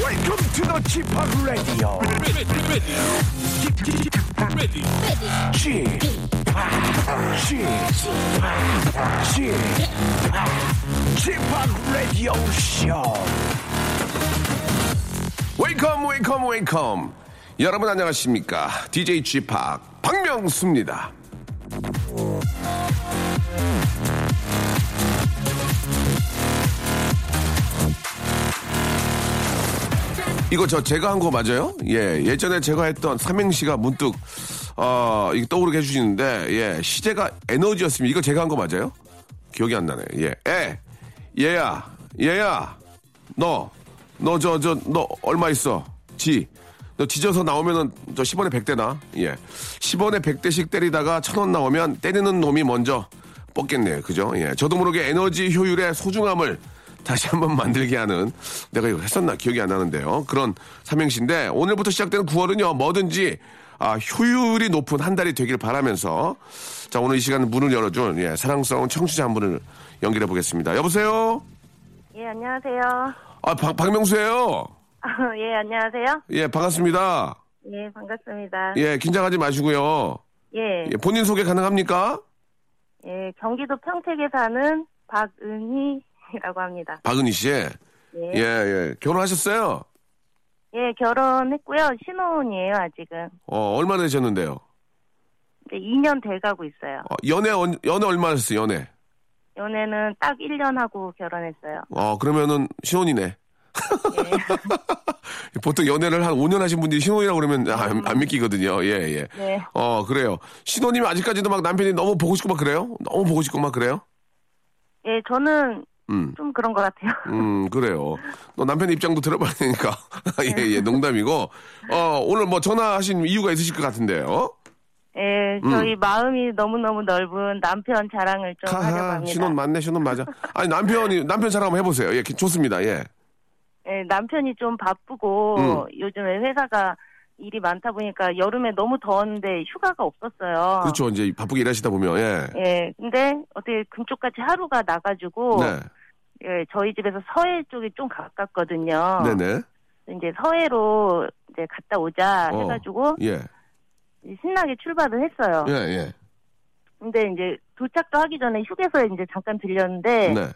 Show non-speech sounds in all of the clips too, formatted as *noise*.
Welcome to the g p o p Radio. g p o p g p o p Radio Show. 웨이컴 웨이컴 웨이컴 여러분 안녕하십니까 DJ g 팍 박명수입니다 이거 저 제가 한 거 맞아요? 예 예전에 제가 했던 삼행시가 문득 어, 이게 떠오르게 해주시는데 예 시제가 에너지였습니다 이거 제가 한 거 맞아요? 기억이 안 나네 예에 얘야 얘야 너, 너, 저, 저, 너 얼마 있어? 지. 너 지져서 나오면은 저 10원에 100대 나. 예. 10원에 100대씩 때리다가 1000원 나오면 때리는 놈이 먼저 뽑겠네요. 그죠? 예. 저도 모르게 에너지 효율의 소중함을 다시 한번 만들게 하는 내가 이거 했었나 기억이 안 나는데요. 그런 삼행시인데 오늘부터 시작되는 9월은요. 뭐든지 아, 효율이 높은 한 달이 되길 바라면서 자, 오늘 이 시간 문을 열어줄 예, 사랑스러운 청취자 한 분을 연결해 보겠습니다. 여보세요? 예, 안녕하세요. *laughs* 아, 박, 박명수예요. 예, 안녕하세요. 예, 반갑습니다. 예, 반갑습니다. 예, 예, 긴장하지 마시고요. 예, 예, 본인 소개 가능합니까? 경기도 평택에 사는 박은희라고 합니다. 박은희 씨. 예, 예, 예. 예. 결혼하셨어요? 결혼했고요. 신혼이에요, 아직은. 어, 얼마나 되셨는데요? 이제 2년 돼가고 있어요. 어, 연애, 언- 연애 얼마 하셨어요, 연애? 연애는 딱 1년 하고 결혼했어요. 어, 그러면은 예. 신혼이네. *laughs* 보통 연애를 한 5년 하신 분들이 신혼이라고 그러면 아, 안, 안 믿기거든요. 예, 예. 음. 네. 어, 그래요. 신혼이면 아직까지도 막 남편이 너무 보고 싶고 막 그래요? 너무 보고 싶고 막 그래요? 예, 저는 음. 좀 그런 것 같아요. *laughs* 음, 그래요. 너 남편 입장도 들어봐야 되니까. *laughs* 예, 예, 농담이고. 어, 오늘 뭐 전화하신 이유가 있으실 것 같은데요. 예, 저희 마음이 너무너무 넓은 남편 자랑을 좀 하려고 하하, 합니다. 신혼 맞네, 신혼 맞아. 아니, 남편이, 남편 사랑 한번 해보세요. 예, 좋습니다. 예. 예, 남편이 좀 바쁘고 음. 요즘에 회사가 일이 많다 보니까 여름에 너무 더웠는데 휴가가 없었어요. 그렇죠. 이제 바쁘게 일하시다 보면, 예. 예, 근데 어떻게 금쪽까지 하루가 나가지고 네. 예, 저희 집에서 서해 쪽이 좀 가깝거든요. 네네. 이제 서해로 이제 갔다 오자 어. 해가지고 예. 신나게 출발을 했어요. 예, 예. 근데 이제 도착도 하기 전에 휴게소에 이제 잠깐 들렸는데 네.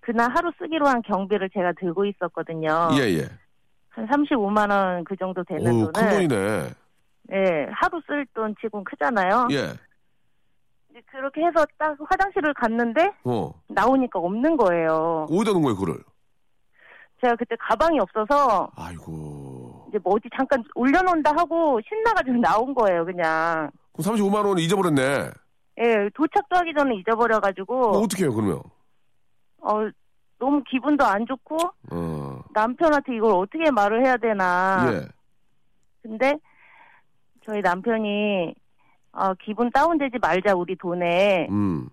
그날 하루 쓰기로 한 경비를 제가 들고 있었거든요. 예, 예. 한 35만 원 그 정도 되는 오, 돈을 큰 돈이네. 예, 하루 쓸 돈 지금 크잖아요. 예. 근데 그렇게 해서 딱 화장실을 갔는데 어. 나오니까 없는 거예요. 어디다 놓은 거예요, 그를? 제가 그때 가방이 없어서 아이고. 이제 뭐 어디 잠깐 올려놓는다 하고 신나가지고 *laughs* 나온 거예요, 그냥. 그럼 35만 원 잊어버렸네. 예, 도착도 하기 전에 어. 잊어버려가지고, 어떻게 해요, 그러면? 어, 너무 기분도 안 좋고, 어. 남편한테 이걸 어떻게 말을 해야 되나. 예. 근데 저희 남편이, 어, 기분 다운되지 말자, 우리 돈에. 음.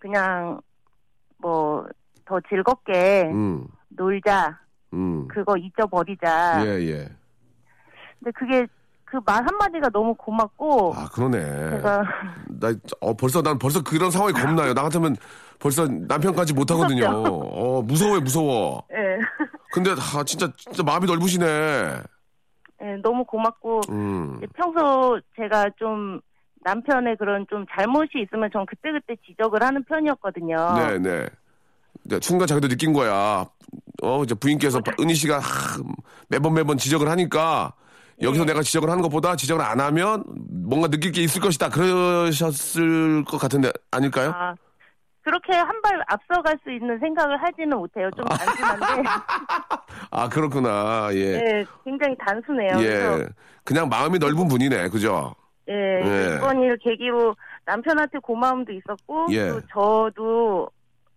그냥, 뭐, 더 즐겁게 음. 놀자. 음. 그거 잊어버리자. 예, 예. 근데 그게, 그 말 한마디가 너무 고맙고, 아, 그러네. 어. 제가 *laughs* 나, 어, 벌써, 난 벌써 그런 상황이 겁나요. 나 같으면 벌써 남편까지 못하거든요. 어, 무서워요, 무서워. 예, 근데, 아, 진짜, 진짜 마음이 넓으시네. 예, 너무 고맙고, 음. 이제 평소 제가 좀 남편의 그런 좀 잘못이 있으면 전 그때그때 지적을 하는 편이었거든요. 네, 네. 네, 순간 자기도 느낀 거야. 어, 이제 부인께서 은희 씨가 하, 매번 매번 지적을 하니까 여기서 네. 내가 지적을 하는 것보다 지적을 안 하면 뭔가 느낄 게 있을 것이다. 그러셨을 것 같은데 아닐까요? 아, 그렇게 한 발 앞서갈 수 있는 생각을 하지는 못해요. 좀 *laughs* 단순한데. 아, 그렇구나. 예. 네, 굉장히 단순해요. 예. 네, 그래서, 그냥 마음이 넓은 분이네. 그죠? 예, 예. 이번 일 계기로 남편한테 고마움도 있었고, 예. 또 저도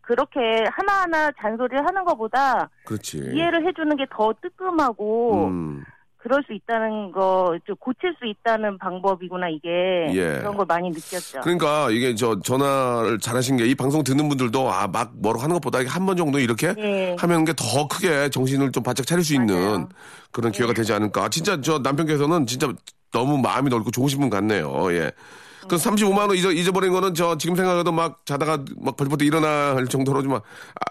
그렇게 하나하나 잔소리를 하는 것보다 그렇지. 이해를 해주는 게 더 뜨끔하고 예. 음, 그럴 수 있다는 거, 좀 고칠 수 있다는 방법이구나 이게 예. 그런 걸 많이 느꼈죠. 그러니까 이게 저 전화를 잘하신 게 이 방송 듣는 분들도 아 막 뭐라고 하는 것보다 한 번 정도 이렇게 *laughs* 예. 하면 게 더 크게 정신을 좀 바짝 차릴 수 있는 맞아요. 예. 그런 기회가 되지 않을까. 진짜 저 남편께서는 진짜 너무 마음이 넓고 좋으신 분 같네요. 예. 음. 그 35만 원 잊어, 잊어버린 거는 저 지금 생각해도 막 자다가 막 벌써부터 일어날 정도로 좀 아-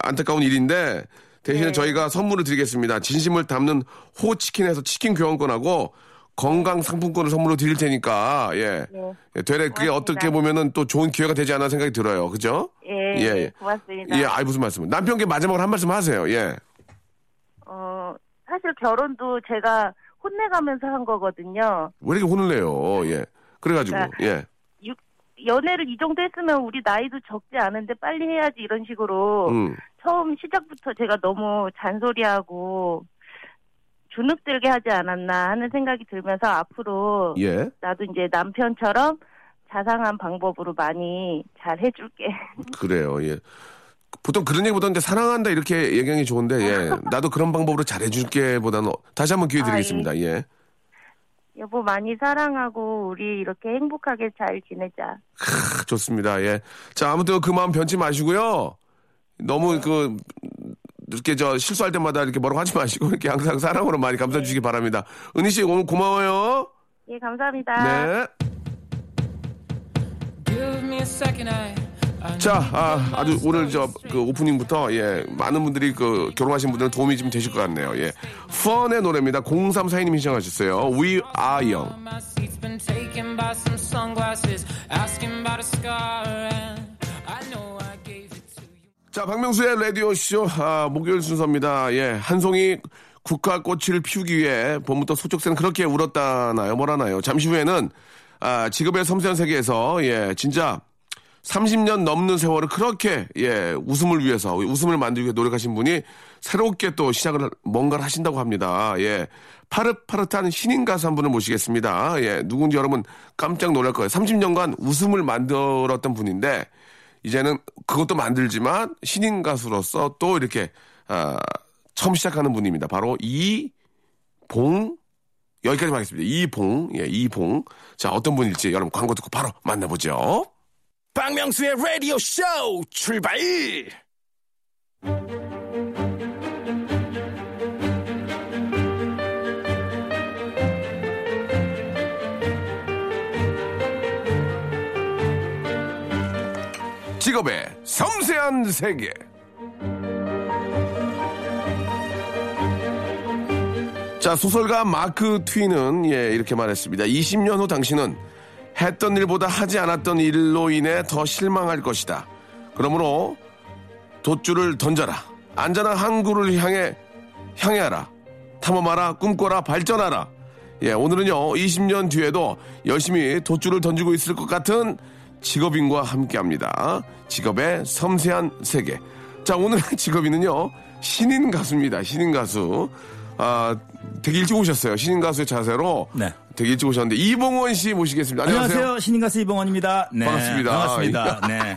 안타까운 일인데 대신에 네. 저희가 선물을 드리겠습니다. 진심을 담는 호치킨에서 치킨 교환권하고 건강 상품권을 선물로 드릴 테니까 예. 네. 예, 되레 그게 고맙습니다. 어떻게 보면은 또 좋은 기회가 되지 않나 생각이 들어요. 그죠? 예, 예. 고맙습니다. 예, 아이 무슨 말씀. 남편께 마지막으로 한 말씀 하세요. 예. 어, 사실 결혼도 제가 혼내가면서 한 거거든요. 왜 이렇게 혼을 내요? 예. 그래가지고, 자. 예. 육- 연애를 이 정도 했으면 우리 나이도 적지 않은데 빨리 해야지 이런 식으로 음. 처음 시작부터 제가 너무 잔소리하고 주눅들게 하지 않았나 하는 생각이 들면서 앞으로 예. 나도 이제 남편처럼 자상한 방법으로 많이 잘 해줄게. *laughs* 그래요. 예. 보통 그런 얘기보다 이제 사랑한다 이렇게 얘기하는 게 좋은데, 예. 나도 그런 방법으로 잘해줄게 보다는 어- 다시 한번 기회 아, 드리겠습니다. 예. 여보 많이 사랑하고 우리 이렇게 행복하게 잘 지내자. 크, 좋습니다. 예. 자, 아무튼 그 마음 변치 마시고요. 너무 그, 이렇게 저 실수할 때마다 이렇게 뭐라고 하지 마시고 이렇게 항상 사랑으로 많이 감싸 주시기 바랍니다. 은희 씨 오늘 고마워요. 예 감사합니다. 네. Give me a second, I. I 자, 아, 아주 오늘 저 그 오프닝부터 예 많은 분들이 그 결혼하신 분들은 도움이 좀 되실 것 같네요. 예, 펀의 노래입니다. 0342님이 신청하셨어요. We Are Young. My seat's been taken by some sunglasses, asking about a scar, and I know I gave it to you. 자, 박명수의 라디오 쇼 아, 목요일 순서입니다. 예, 한송이 국화 꽃을 피우기 위해 봄부터 소쩍새는 그렇게 울었다나요, 뭐라나요? 잠시 후에는 아, 직업의 섬세한 세계에서 예, 진짜 30년 넘는 세월을 그렇게 예, 웃음을 위해서 웃음을 만들기 위해 노력하신 분이 새롭게 또 시작을 할- 뭔가를 하신다고 합니다. 예. 파릇파릇한 신인 가수 한 분을 모시겠습니다. 예. 누군지 여러분 깜짝 놀랄 거예요. 30년간 웃음을 만들었던 분인데 이제는 그것도 만들지만 신인 가수로서 또 이렇게 아, 처음 시작하는 분입니다. 바로 이봉 여기까지 하겠습니다. 이봉 예, 이봉 자 어떤 분일지 여러분 광고 듣고 바로 만나보죠. 박명수의 라디오 쇼 출발! 직업의 섬세한 세계. 자, 소설가 마크 트윈은 예, 이렇게 말했습니다. 20년 후 당신은 했던 일보다 하지 않았던 일로 인해 더 실망할 것이다. 그러므로 돗줄을 던져라. 안전한 항구를 향해 향해하라. 탐험하라, 꿈꿔라, 발전하라. 예, 오늘은요, 20년 뒤에도 열심히 돗줄을 던지고 있을 것 같은 직업인과 함께 합니다. 직업의 섬세한 세계. 자, 오늘의 *laughs* 직업인은요, 신인 가수입니다. 신인 가수. 아, 되게 일찍 오셨어요. 신인 가수의 자세로. 네. 되게 일찍 오셨는데, 이봉원 씨 모시겠습니다. 안녕하세요. 안녕하세요. 신인가수 이봉원입니다. 네. 반갑습니다. 반갑습니다. 네.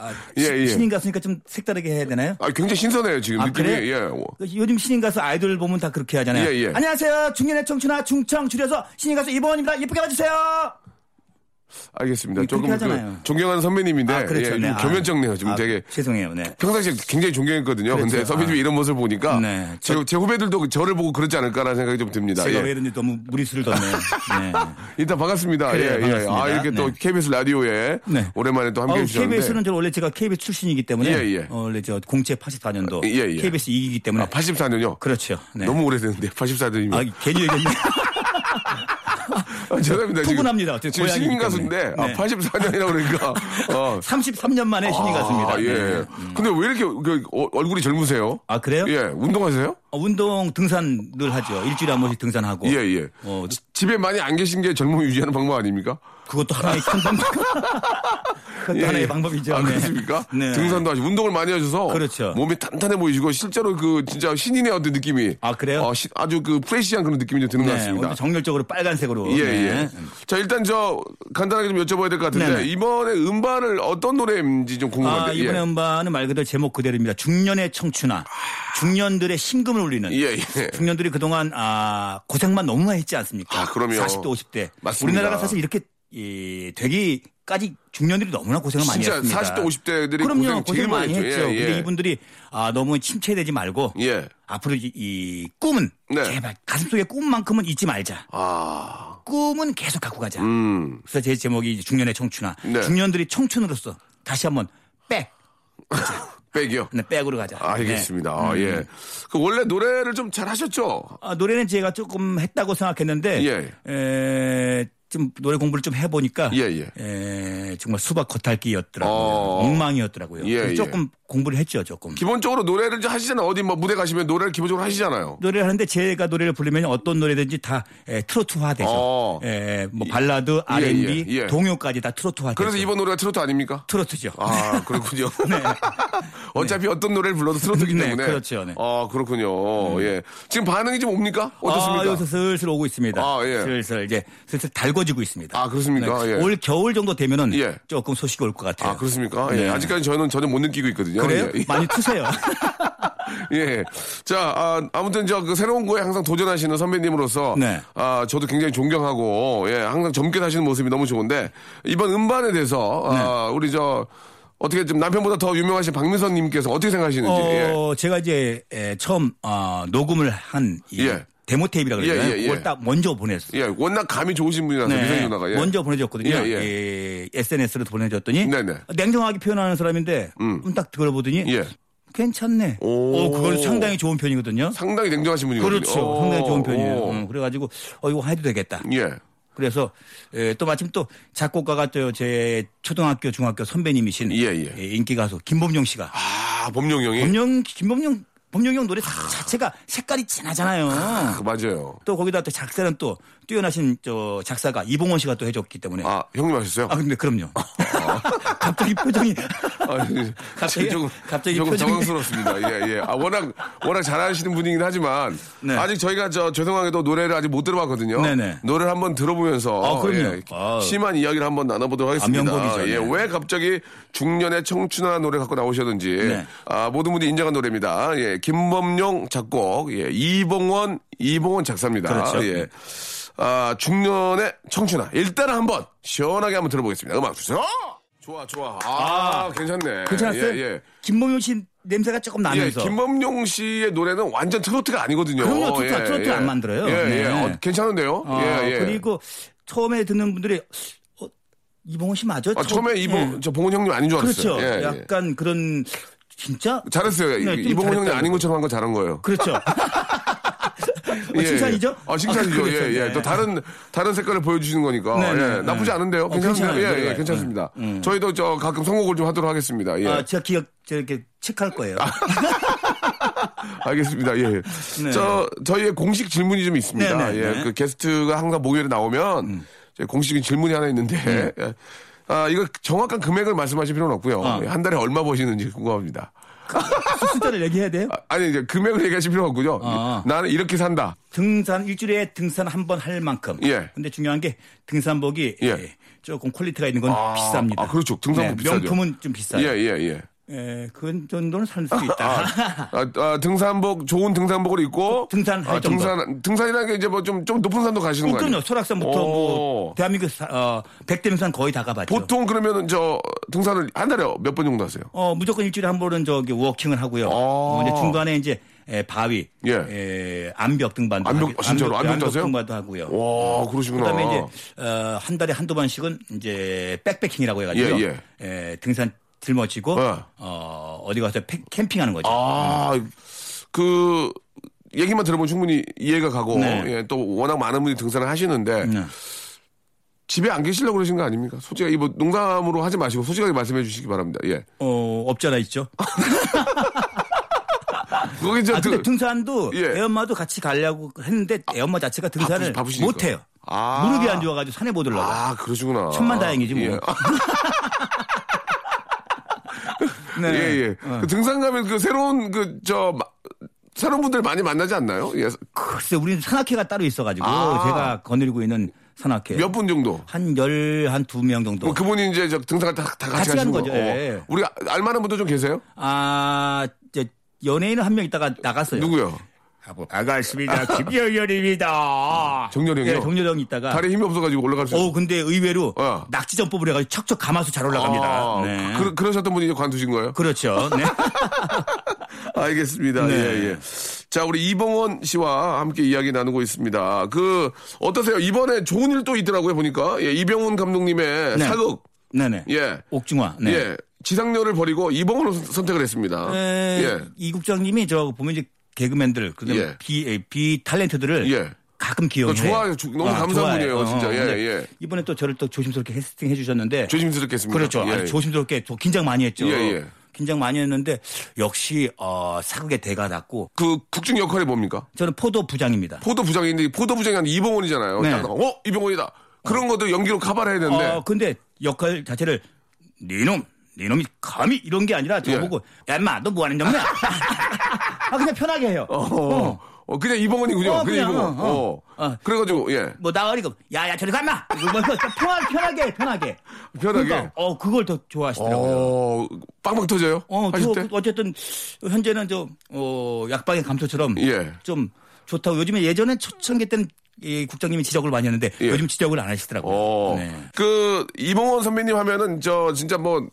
아, 예, 시- 예. 신인가수니까 좀 색다르게 해야 되나요? 아, 굉장히 신선해요, 지금 아, 느낌이. 그래요? 예. 그 요즘 신인가수 아이돌 보면 다 그렇게 하잖아요. 예, 예. 안녕하세요. 중년의 청춘아 중청 줄여서 신인가수 이봉원입니다. 예쁘게 봐주세요. 알겠습니다. 그렇게 조금 그 하잖아요. 존경하는 선배님인데 아, 그렇죠. 예, 네. 좀 아, 겸연쩍네요. 지금 아, 되게 죄송해요. 네. 평상시에 굉장히 존경했거든요. 그렇죠. 근데 선배님 이 아. 이런 모습을 보니까 네. 제, 제 후배들도 저를 보고 그렇지 않을까라는 생각이 좀 듭니다. 제가 예. 왜 이런지 너무 무리수를 뒀네요. 네. 일단 반갑습니다. 그래요, 예, 예. 반갑습니다. 아, 이렇게 또 네. KBS 라디오에 네. 오랜만에 또 함께 어우, 해주셨는데. KBS는 저 원래 제가 KBS 출신이기 때문에 예, 예. 어, 원래 저 공채 84년도 예, 예. KBS 이기기 때문에 아, 84년요? 그렇죠. 네. 너무 오래됐는데, 84년이면. 아, 아, 괜히 *laughs* 얘기했네. 죄송합니다. 지금- 투분합니다. 어쨌든 지금 고향이기 신인 가수인데, 때문에. 아, 네. *laughs* 84년이라고 그러니까. 어. 33년 만에 신인 가수입니다. 아, 예. 네. 근데 왜 이렇게 그, 어, 얼굴이 젊으세요? 아, 그래요? 예. 운동하세요? 어, 운동 등산 늘 하죠. 일주일에 한 번씩 등산하고. 예, 예. 어, 지- 집에 많이 안 계신 게 젊음을 유지하는 방법 아닙니까? 그것도 하나의 큰 *laughs* 방법. 그것도 예, 예. 하나의 방법이죠. 아, 네. 그렇습니까? *laughs* 네. 등산도 하시고 운동을 많이 하셔서 그렇죠. 몸이 탄탄해 보이시고 실제로 그 진짜 신인의 어떤 느낌이 아, 그래요? 어, 시- 아주 그 프레시한 그런 느낌이 좀 드는 것 네, 같습니다. 오늘 정렬적으로 빨간색으로. 예, 네. 예. 자, 일단 저 간단하게 좀 여쭤봐야 될 것 같은데 네네. 이번에 음반을 어떤 노래인지 좀 궁금한데. 아, 이번에 예. 음반은 말 그대로 제목 그대로입니다. 중년의 청춘아. 중년들의 심금을 울리는. 예, 예. 중년들이 그동안 아, 고생만 너무 많이 했지 않습니까? 아, 그럼요. 40대, 50대. 맞습니다. 우리나라가 사실 이렇게 예, 되기까지 중년들이 너무나 고생을 많이 진짜 했습니다. 40대, 50대들이 그럼요, 고생 제일 고생 많이 많이 했죠. 했죠. 예, 예. 근데 이분들이 아, 너무 침체되지 말고 예. 앞으로 이, 이 꿈은 네. 제발 가슴속의 꿈만큼은 잊지 말자. 아. 꿈은 계속 갖고 가자. 음. 그래서 제 제목이 이제 중년의 청춘아. 네. 중년들이 청춘으로서 다시 한번 백, 백이요. 네, 백으로 가자. 알겠습니다. 네. 아, 예. 그 원래 노래를 좀 잘 하셨죠? 아, 노래는 제가 조금 했다고 생각했는데 예. 에, 좀 노래 공부를 좀 해보니까 예, 예. 에, 정말 수박 겉핥기였더라고요. 어. 엉망이었더라고요. 예, 그래서 예. 조금 공부를 했죠, 조금. 기본적으로 노래를 좀 하시잖아요. 어디 뭐 무대 가시면 노래를 기본적으로 하시잖아요. 노래를 하는데 제가 노래를 부르면 어떤 노래든지 다 에, 트로트화 되죠. 어. 에, 뭐 발라드, R&B, 예, 예. 동요까지 다 트로트화 되죠. 그래서 이번 노래가 트로트 아닙니까? 트로트죠. 아, *laughs* 그렇군요. 어차피 어떤 노래를 불러도 트로트기 네, 때문에. 그렇죠, 네. 음. 아, 그렇군요. 예. 지금 반응이 좀 옵니까? *laughs* 어떻습니까? 아, 여기서 슬슬 오고 있습니다. 아, 예. 슬슬 이제 슬슬 달궈지고 있습니다. 네. 아, 그렇습니까? 예. 올 겨울 정도 되면은 예. 조금 소식이 올 것 같아요. 아, 그렇습니까? 예. 네. 아직까지 저는 전혀 못 느끼고 있거든요. 그래요? 예. 많이 트세요. 예. 자, 아, 아무튼 저 그 새로운 거에 항상 도전하시는 선배님으로서 네. 아, 저도 굉장히 존경하고 예, 항상 젊게 사시는 모습이 너무 좋은데 이번 음반에 대해서 네. 아, 우리 저 어떻게 좀 남편보다 더 유명하신 박민선 님께서 어떻게 생각하시는지. *laughs* 예. 어, 제가 이제 에, 처음 어, 녹음을 한이 예. 데모 테이프라고 예, 그러잖아요. 예, 예. 그걸 딱 먼저 보냈어요. 네. 예, 워낙 감이 좋으신 분이라서 민선 누나가 예. 먼저 보내줬거든요. 예, 예, SNS로 보내줬더니 네네. 냉정하게 표현하는 사람인데 음. 음. 딱 들어보더니 예. 괜찮네. 오. 어, 그건 상당히 좋은 편이거든요. 상당히 냉정하신 분이거든요. 그렇죠. 오. 상당히 좋은 편이에요. 오. 음, 그래가지고 어 이거 해도 되겠다. 예. 그래서 예, 또 마침 또 작곡가가 또 제 초등학교 중학교 선배님이신 예, 예. 인기 가수 김범용 씨가 아, 범용 형이 범용 김범용 범용 형 노래 자- 자체가 색깔이 아, 진하잖아요. 맞아요. 또 거기다 또 작사는 또 뛰어나신 저 작사가 이봉원 씨가 또 해줬기 때문에 아, 아, 형님 하셨어요? 근데 그럼요. *laughs* 갑자기 표정이 아, 예. 갑자기- 조금, 갑자기 조금 표정이- 당황스럽습니다. 예, 예. 아, 워낙, 워낙 잘하시는 분이긴 하지만. 네. 아직 저희가 저, 죄송하게도 노래를 아직 못 들어봤거든요. 네네. 노래를 한번 들어보면서. 예, 아, 그럼요. 아. 심한 이야기를 한번 나눠보도록 하겠습니다. 명곡이죠. 예, 네. 왜 갑자기 중년의 청춘한 노래 갖고 나오셨는지. 네. 아, 모든 분이 인정한 노래입니다. 예, 김범용 작곡. 예, 이봉원, 이봉원 작사입니다. 그렇죠. 예. 아, 중년의 청춘아. 일단은 한번 시원하게 한번 들어보겠습니다. 음악 주세요. 좋아, 좋아. 아, *laughs* 괜찮네. 괜찮았어요? 예, 예. 김범용 씨 냄새가 조금 예, 나면서 김범용 씨의 노래는 완전 트로트가 아니거든요. 그럼요, 트로트, 트로트를 안 만들어요. 예, 네. 예. 어, 괜찮은데요? 어, 예, 예. 그리고 처음에 듣는 분들이 어, 이봉원 씨 맞아? 아, 처음에 이봉, 저 봉은 형님 아닌 줄 알았어요. 네. 그렇죠. 예, 예. 약간 그런 진짜 잘했어요. 네, 좀 이봉은 형님 잘했다고. 아닌 것처럼 한 거 잘한 거예요. 그렇죠. 예, 어, 칭찬이죠? 예. 아, 칭찬이죠. 아, 그렇죠. 예, 예. 네. 또 다른, 다른 색깔을 보여주시는 거니까. 네, 네, 예. 네. 나쁘지 않은데요? 어, 괜찮습니다. 괜찮아요. 예, 예, 노래가. 네. 괜찮습니다. 저희도 저 가끔 선곡을 좀 하도록 하겠습니다. *laughs* 예. 아, 제가 기억 제가 이렇게 체크할 거예요. *laughs* 알겠습니다. 예. 예. *laughs* 네. 저 저희의 공식 질문이 좀 있습니다. 네, 네, 음. 예. 네. 그 게스트가 항상 목요일에 나오면 저희 공식인 질문이 하나 있는데 예. 아 이거 정확한 금액을 말씀하실 필요는 없고요. 음. 어. 예, 한 달에 얼마 버시는지 궁금합니다. 숫자를 얘기해야 돼요? 아, 아니 이제 금액을 얘기하실 필요 없고요. 아. 나는 이렇게 산다. 등산 일주일에 등산 한 번 할 만큼. 예. 근데 중요한 게 등산복이 예. 예, 조금 퀄리티가 있는 건 아, 비쌉니다. 네, 아, 그렇죠. 등산복 비싸죠. 명품은 좀 비싸요. 예. 예예 예. 그건 정도는 살 수 있다. *laughs* 아, 아, 등산복 좋은 등산복을 입고 등산할 아, 등산 등산이라는 게 이제 뭐 좀 좀 높은 산도 가시는 거 아니에요? 그럼요. 설악산부터 오. 뭐 대한민국 사- 어, 백대명산 거의 다 가봤죠. 보통 그러면은 저 등산을 한 달에 몇 번 정도 하세요? 어, 무조건 일주일에 한 번은 저기 워킹을 하고요. 어, 이제 중간에 이제 에, 바위, 아. 예. 에, 암벽 등반도 암벽, 하고- 진짜로 암벽 타세요? 등반도 하고요. 와 그러시구나. 어. 그다음에 이제 어, 한 달에 한두 번씩은 이제 백패킹이라고 해가지고 예, 에, 등산 들머지고 예. 어, 어디 가서 패- 캠핑하는 거죠. 아, 그 얘기만 들어보면 충분히 이해가 가고 네. 예, 또 워낙 많은 분이 등산을 하시는데 네. 집에 안 계시려고 그러신 거 아닙니까? 솔직히 뭐 농담으로 하지 마시고 솔직하게 말씀해 주시기 바랍니다. 예. 어, 없잖아 있죠. 거기 저 아, 근데 그- 등산도 예. 아, 애엄마도 같이 가려고 했는데 애엄마 자체가 등산을 아, 바쁘시- 바쁘시니까. 못해요. 아. 무릎이 안 좋아가지고 산에 못 올라가. 아, 그러시구나. 천만 다행이지, 뭐. *laughs* 예. 네. 예, 예. 어, 그 등산 가면 그 새로운 그, 저, 마- 새로운 분들 많이 만나지 않나요? 예. 글쎄, 우리는 산악회가 따로 있어가지고 아. 제가 거느리고 있는 산악회. 몇 분 정도? 뭐 한 열, 한 두 명 정도. 그럼 그분이 이제 저 등산 다, 다 같이 네. 같이 가시는 가는 거죠. 거죠, 예. 우리 아- 알만한 분들 좀 계세요? 아, 이제 연예인은 한 명 있다가 나갔어요. 누구요? 반갑습니다. 김여열입니다. 정렬형이요? 네, 정렬형 있다가. 다리에 힘이 없어가지고 올라갈 수 어, 근데 의외로 어. 낙지전법을 해가지고 척척 감아서 잘 올라갑니다. 아, 네. 그, 그러셨던 분이 이제 관두신 거예요? 렇죠 *laughs* 네. 알겠습니다. 네. 예, 예. 자, 우리 이봉원 씨와 함께 이야기 나누고 있습니다. 그, 어떠세요? 이번에 좋은 일 또 있더라고요, 보니까. 예, 이병훈 감독님의 네. 사극. 네네. 예. 옥중화. 네. 예. 지상렬을 버리고 이봉원을 선- 선택을 했습니다. 에, 예. 이 국장님이 저 보면 이제 개그맨들, 그다음에 예. 비, 에, 비 탤런트들을 예. 가끔 기억해요. 좋아요. 주- 너무 감사한 좋아요. 어, 분이에요, 진짜. 예, 근데 예. 이번에 또 저를 또 조심스럽게 캐스팅 해주셨는데. 조심스럽겠습니다. 그렇죠. 예, 아주 예. 조심스럽게 또 긴장 많이 했죠. 예, 예. 긴장 많이 했는데 역시 어, 사극의 대가 났고 그 국중 역할이 뭡니까? 저는 포도 부장입니다. 포도 부장인데 포도 부장이 아니라 이봉원이잖아요. 네. 딱 나가, 어? 이봉원이다. 그런 것도 연기로 커버해야 되는데. 어, 근데 역할 자체를 니놈, 니놈이 감히 이런 게 아니라 예. 저보고 야 인마 너 뭐하는 놈이야? *laughs* 아 그냥 편하게 해요. 어, 어. 어, 그냥 이봉원이군요. 어, 그냥, 그냥 이봉원. 어. 어, 어. 어. 그래가지고, 예. 뭐 나가니까 야야 저리 가마. 뭐, 뭐, 편하, 편하게 해, 편하게. 편하게? 그러니까, 어 그걸 더 좋아하시더라고요. 어, 빵빵 터져요? 어, 하실 저, 때? 어쨌든 현재는 저 어, 약방의 감초처럼 예. 좀 좋다고 요즘에 예전에 초창기 때는 이 국장님이 지적을 많이 했는데 예. 요즘 지적을 안 하시더라고요. 어. 네. 그, 이봉원 선배님 하면은, 저, 진짜 뭐,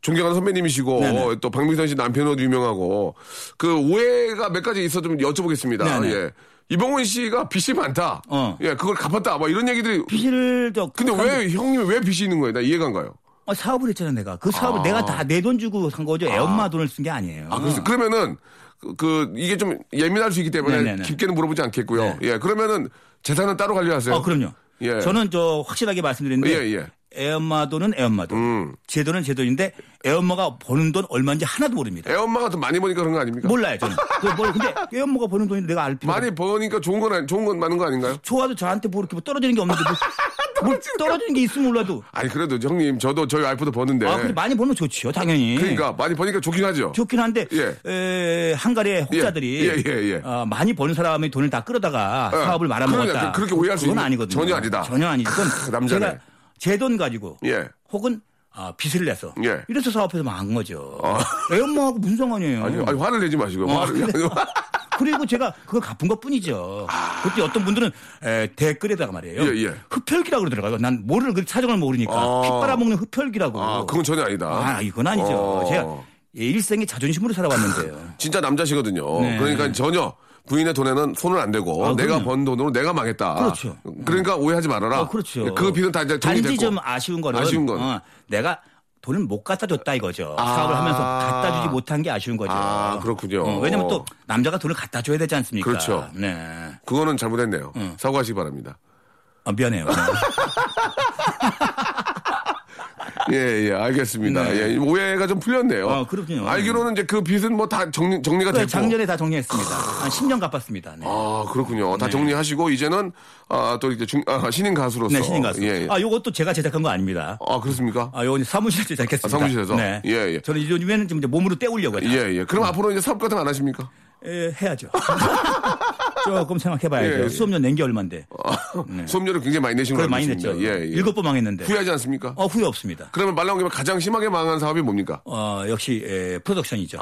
존경하는 선배님이시고, 네네. 또 박민선 씨 남편으로도 유명하고, 그, 오해가 몇 가지 있어 좀 여쭤보겠습니다. 네네. 예. 이봉원 씨가 빚이 많다. 어. 예, 그걸 갚았다. 막 이런 얘기들이. 빚을 저그 근데 왜, 형님이 왜 빚이 있는 거예요? 나 이해가 안 가요. 어, 사업을 했잖아, 내가. 그 사업을 아. 내가 다 내 돈 주고 산 거죠. 애 엄마 돈을 쓴 게 아니에요. 아, 그래서 그러면은 그, 그 이게 좀 예민할 수 있기 때문에 네네네. 깊게는 물어보지 않겠고요. 네. 예, 그러면은 재산은 따로 관리하세요. 어, 그럼요. 예. 저는 저 확실하게 말씀드리는데 예, 예. 애 엄마 돈은 애 엄마 돈. 음. 제 돈은 제 돈인데 애 엄마가 버는 돈 얼마인지 하나도 모릅니다. 애 엄마가 더 많이 버니까 그런 거 아닙니까? 몰라요, 저는. 그 뭘, 근데 애 엄마가 버는 돈인데 내가 알 필요가 많이 버니까 좋은 건 아니- 좋은 건 많은 거 아닌가요? 좋아도 저한테 뭐 이렇게 뭐 떨어지는 게 없는데 *laughs* 뭐, 뭘 떨어지는 게 있으면 몰라도 아니 그래도 형님 저도 저희 와이프도 버는데. 아 근데 많이 버는 거 좋지요 당연히 네. 그러니까 많이 버니까 좋긴 하죠. 좋긴 한데 예. 에, 한가래 혹자들이 예, 예, 예. 어, 많이 버는 사람의 돈을 다 끌어다가 예. 사업을 그러냐, 말아먹었다. 그- 그렇게 오해할 수 그건 있는- 아니거든요. 전혀 아니다. 전혀 아니죠. 그건 크, 남자네. 제가 제 돈 가지고 예. 혹은 아, 빚을 내서 예. 아. 이래서 사업해서 망한 거죠. *laughs* 애 엄마하고 무슨 상관이에요. 아니, 아니 화를 내지 마시고. 어, 화를- 그래요? 그리고 제가 그걸 갚은 것 뿐이죠. 그때 어떤 분들은 에, 댓글에다가 말이에요. 아. 예, 예. 흡혈귀라고 그러더라고요. 난 모를 그 사정을 모르니까 아. 피 빨아먹는 흡혈귀라고. 아, 그건 전혀 아니다. 아, 이건 아니죠. 어. 제가 예, 일생에 자존심으로 살아왔는데요. 진짜 남자시거든요. 네. 그러니까 전혀 부인의 돈에는 손을 안 대고 아, 내가 그럼요. 번 돈으로 내가 망했다. 그렇죠. 그러니까 오해하지 말아라. 어, 그렇죠. 그 빚은 다 이제 정리됐고. 단지 좀 아쉬운 거는 아쉬운 건. 어, 내가 돈을 못 갖다 줬다 이거죠. 사업을 하면서 갖다 주지 못한 게 아쉬운 거죠. 아, 그렇군요. 어, 왜냐면 또 남자가 돈을 갖다 줘야 되지 않습니까? 그렇죠. 네. 그거는 잘못했네요. 사과하시기 바랍니다. 아, *laughs* 미안해요. 예, 예, 알겠습니다. 네. 예, 오해가 좀 풀렸네요. 아, 그렇군요. 알기로는 이제 그 빚은 뭐 다 정리, 정리가 네, 됐고. 작년에 다 정리했습니다. 한 10년 갚았습니다. 네. 아, 그렇군요. 다 정리하시고 이제는 아, 또 이제 중, 아, 신인 가수로서. 네, 신인 가수. 예, 예. 아, 요것도 제가 제작한 거 아닙니다. 아, 그렇습니까? 아, 요건 사무실 제작했습니다. 아, 사무실에서? 네. 예, 예. 저는 요즘에는 좀 이제 몸으로 때우려고 해요. 예, 예. 그럼 앞으로 이제 사업 같은 거 안 하십니까? 예, 해야죠. *laughs* 조금 생각해봐야죠. 예, 예. 수업료 낸 게 얼만데. 수업료를 굉장히 많이 내신 네. 그걸 걸로 많이 알고 냈죠. 있습니다. 예, 예. 일곱 번 망했는데. 후회하지 않습니까? 어, 후회 없습니다. 그러면 말 나온 김에 가장 심하게 망한 사업이 뭡니까? 어, 역시 에, 프로덕션이죠.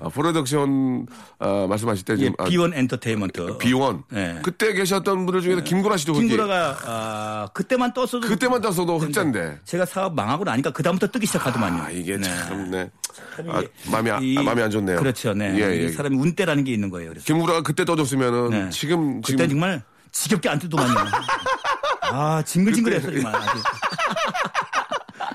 아, 프로덕션 아, 말씀하실 때 어. 예, 지금 아, 예, B1 엔터테인먼트. 비원. 네. 그때 계셨던 분들 중에서 김구라 씨도 혹시 예. 김구라가 그러니까. 아, 그때만 떴어도 그때만 땄어도 흑자인데. 제가 사업 망하고 나니까 그다음부터 뜨기 시작하더만요. 아 이게 네. 참 네. 참 아, 이게 마음이 아, 이- 마음이 안 좋네요. 그렇죠, 네. 예, 예. 이 사람이 운때라는 게 있는 거예요. 그래서 김구라가 그때 떠줬으면은 네. 지금 그때 지금 정말 지겹게 안 뜨더만요. *laughs* 아 징글징글했어 정말. 아주.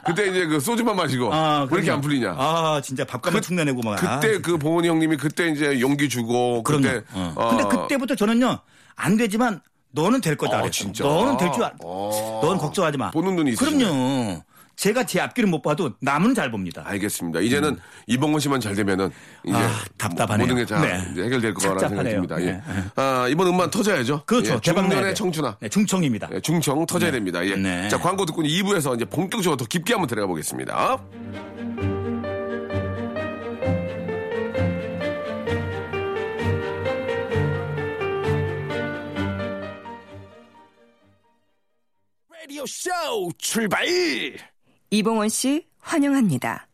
그때 이제 그 소주만 마시고 왜 이렇게 아, 그럼요. 안 풀리냐? 아 진짜 밥값만 그- 흉내내고 막. 아, 그때 그 봉원이 형님이 그때 이제 용기 주고 그럼요. 그때 어. 어, 근데 그때부터 저는요 안 되지만 너는 될 거다 아, 그랬어. 진짜? 너는 될 줄 알. 아. 너는 걱정하지 마. 보는 눈이 있으시네. 그럼요. 제가 제 앞길을 못 봐도 남은 잘 봅니다. 아, 알겠습니다. 이제는 이봉근 씨만 잘 되면은 이제 음. 아, 답답하네요. 모든 게 다 네. 해결될 거라는 생각이 착잡하네요. 듭니다. 예. 네. 아, 이번 음반 터져야죠. 그렇죠. 예, 대박 나야 중년의 돼요. 청춘아. 네, 중청입니다. 예, 중청 터져야 됩니다. 예. 네. 자, 광고 듣고 2부에서 이제 본격적으로 더 깊게 한번 들어가 보겠습니다. 라디오 쇼 출발! 이봉원 씨 환영합니다.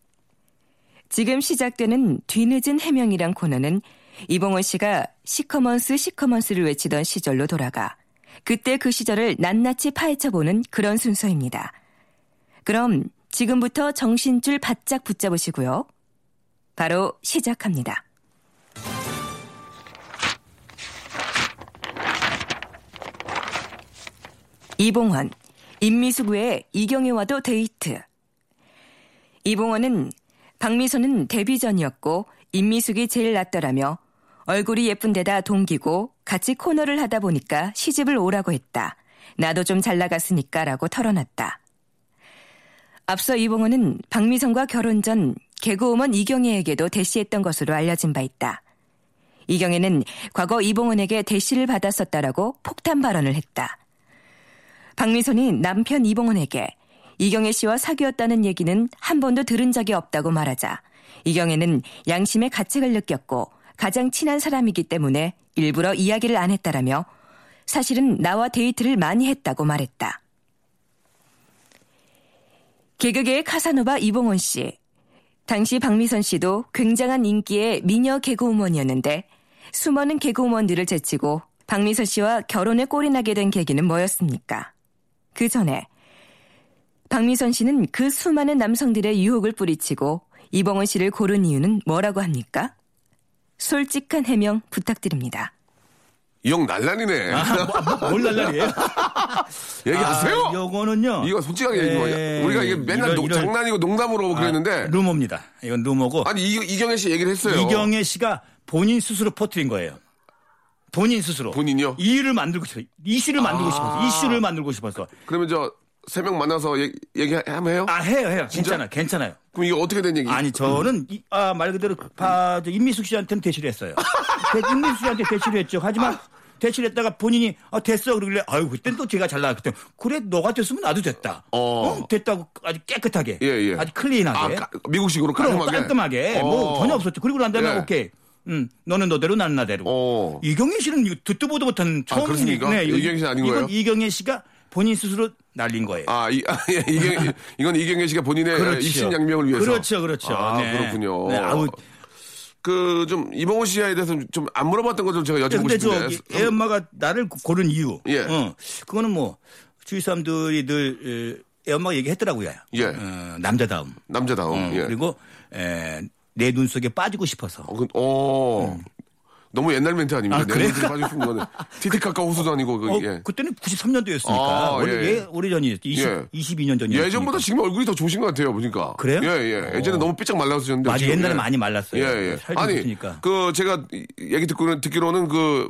지금 시작되는 뒤늦은 해명이란 코너는 이봉원 씨가 시커먼스 시커먼스를 외치던 시절로 돌아가 그때 그 시절을 낱낱이 파헤쳐보는 그런 순서입니다. 그럼 지금부터 정신줄 바짝 붙잡으시고요. 바로 시작합니다. 이봉원, 임미수구의 이경혜와도 데이트. 이봉원은 박미선은 데뷔 전이었고 임미숙이 제일 낫더라며 얼굴이 예쁜 데다 동기고 같이 코너를 하다 보니까 시집을 오라고 했다. 나도 좀 잘 나갔으니까 라고 털어놨다. 앞서 이봉원은 박미선과 결혼 전 개그우먼 이경혜에게도 대시했던 것으로 알려진 바 있다. 이경혜는 과거 이봉원에게 대시를 받았었다라고 폭탄 발언을 했다. 박미선이 남편 이봉원에게 이경혜 씨와 사귀었다는 얘기는 한 번도 들은 적이 없다고 말하자 이경혜는 양심의 가책을 느꼈고 가장 친한 사람이기 때문에 일부러 이야기를 안 했다라며 사실은 나와 데이트를 많이 했다고 말했다. 개그계의 카사노바 이봉원 씨. 당시 박미선 씨도 굉장한 인기의 미녀 개그우먼이었는데 수많은 개그우먼들을 제치고 박미선 씨와 결혼에 꼴이 나게 된 계기는 뭐였습니까? 그 전에 박미선 씨는 그 수많은 남성들의 유혹을 뿌리치고 이봉원 씨를 고른 이유는 뭐라고 합니까? 솔직한 해명 부탁드립니다. 이형 난란이네. 아, 뭘 날라리에요? *laughs* 얘기하세요. 뭐. 아, 요거는요. 이거 솔직하게 얘기해 예, 봐요. 우리가 이게 맨날 이런, 농- 이런- 장난이고 농담으로 아, 그랬는데 루머입니다. 이건 루머고. 아니 이, 이경혜 씨 얘기를 했어요. 이경혜 씨가 본인 스스로 퍼뜨린 거예요. 본인 스스로. 본인이요? 아. 이유를 만들고 싶어. 이슈를 만들고 싶어서. 이슈를 만들고 싶어서. 그러면 저 세 명 만나서 얘기, 얘기 한번 해요? 아, 해요, 해요. 괜찮아, 괜찮아요. 그럼 이게 어떻게 된 얘기? 아니, 저는, 이- 아, 말 그대로, 바, 저 임미숙 씨한테는 대시를 *laughs* 했어요. 대- 임미숙 씨한테 대시를 했죠. 하지만, 대시를 했다가 본인이, 아, 됐어. 그러길래, 아유, 그땐 또 제가 잘 나왔기 때문에, 그래, 너가 됐으면 나도 됐다. 어. 어, 됐다고 아주 깨끗하게. 예, 예. 아주 아, 클린하게. 까- 미국식으로 그럼 깔끔하게. 깔끔하게 뭐 어. 전혀 없었죠. 그리고 난 다음에 예. 오케이. 음, 너는 너대로 나는 나대로. 어. 이경혜 씨는 이거 듣도 보도 못한 처음 아, 그렇습니까? 이거- 이경혜 씨는 아닌 이건 거예요? 이경혜 씨가 본인 스스로 날린 거예요. 아, 이, 아, 예, 이경, 이건 이경혜 씨가 본인의 그렇죠. 입신양명을 위해서. 그렇죠, 그렇죠. 아, 네. 그렇군요. 네, 아우, 그 좀 이봉호 씨에 대해서 좀 안 물어봤던 거 좀 제가 여쭤보고 근데 싶은데. 저애 음. 엄마가 나를 고- 고른 이유. 예. 어, 그거는 뭐 주위 사람들이 늘 애 엄마가 얘기했더라고요. 예. 어, 남자다움. 남자다움. 어, 예. 그리고 에, 내 눈속에 빠지고 싶어서. 어, 그, 어. 너무 옛날 멘트 아닙니까? 음. 아, 그래요? 내눈 빠지고 싶은 *laughs* 거는 티티카카 호수도 아니고 그, 어, 예. 그때는 93년도였으니까 아, 오래, 예. 예, 오래전이었죠. 20, 예. 22년 전이었죠. 예전보다 지금 얼굴이 더 좋으신 것 같아요, 보니까. 그러니까. 그래요? 예, 예. 예전에 어. 너무 삐짝 말랐었는데. 맞아, 지금, 옛날에 예. 많이 말랐어요. 예, 예. 살도 아니, 붙으니까. 그 제가 이- 얘기 듣고는 듣기로는 그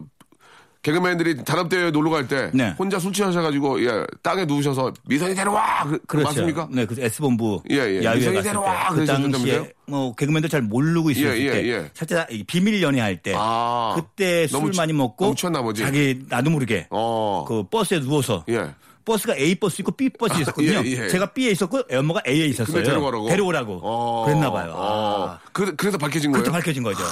개그맨들이 단합대회 놀러 갈 때 네. 혼자 술 취하셔가지고 예, 땅에 누우셔서 미선이 데려와 그, 그 그렇죠. 맞습니까? 네, 그 S본부 예, 예. 야유회 미성이 갔을 데려와! 때그 그러셨던 당시에 분이세요? 뭐 개그맨들 잘 모르고 있었을 예, 예, 때 예. 살짝 이 비밀 연애할 때 아. 그때 술 너무 취- 많이 먹고 너무 취했나 보지. 자기 나도 모르게 어. 그 버스에 누워서 예. 버스가 A 버스 있고 B 버스 있었거든요. 예, 예. 제가 B에 있었고 애 엄마가 A에 있었어요. 근데 데려가라고. 데려오라고. 어. 그랬나 봐요. 어. 아. 그, 래서 밝혀진 거예요? 그때 밝혀진 거죠.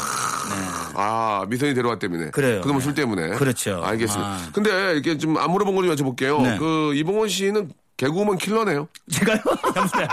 아, 미선이 데려왔 때문에. 그래요. 그놈의 네. 술 때문에. 그렇죠. 알겠습니다. 아. 근데 이렇게 좀 안 물어본 걸 좀 여쭤볼게요. 네. 그 이봉원 씨는 개그우먼 킬러네요. *laughs* 제가요? 잠시만요.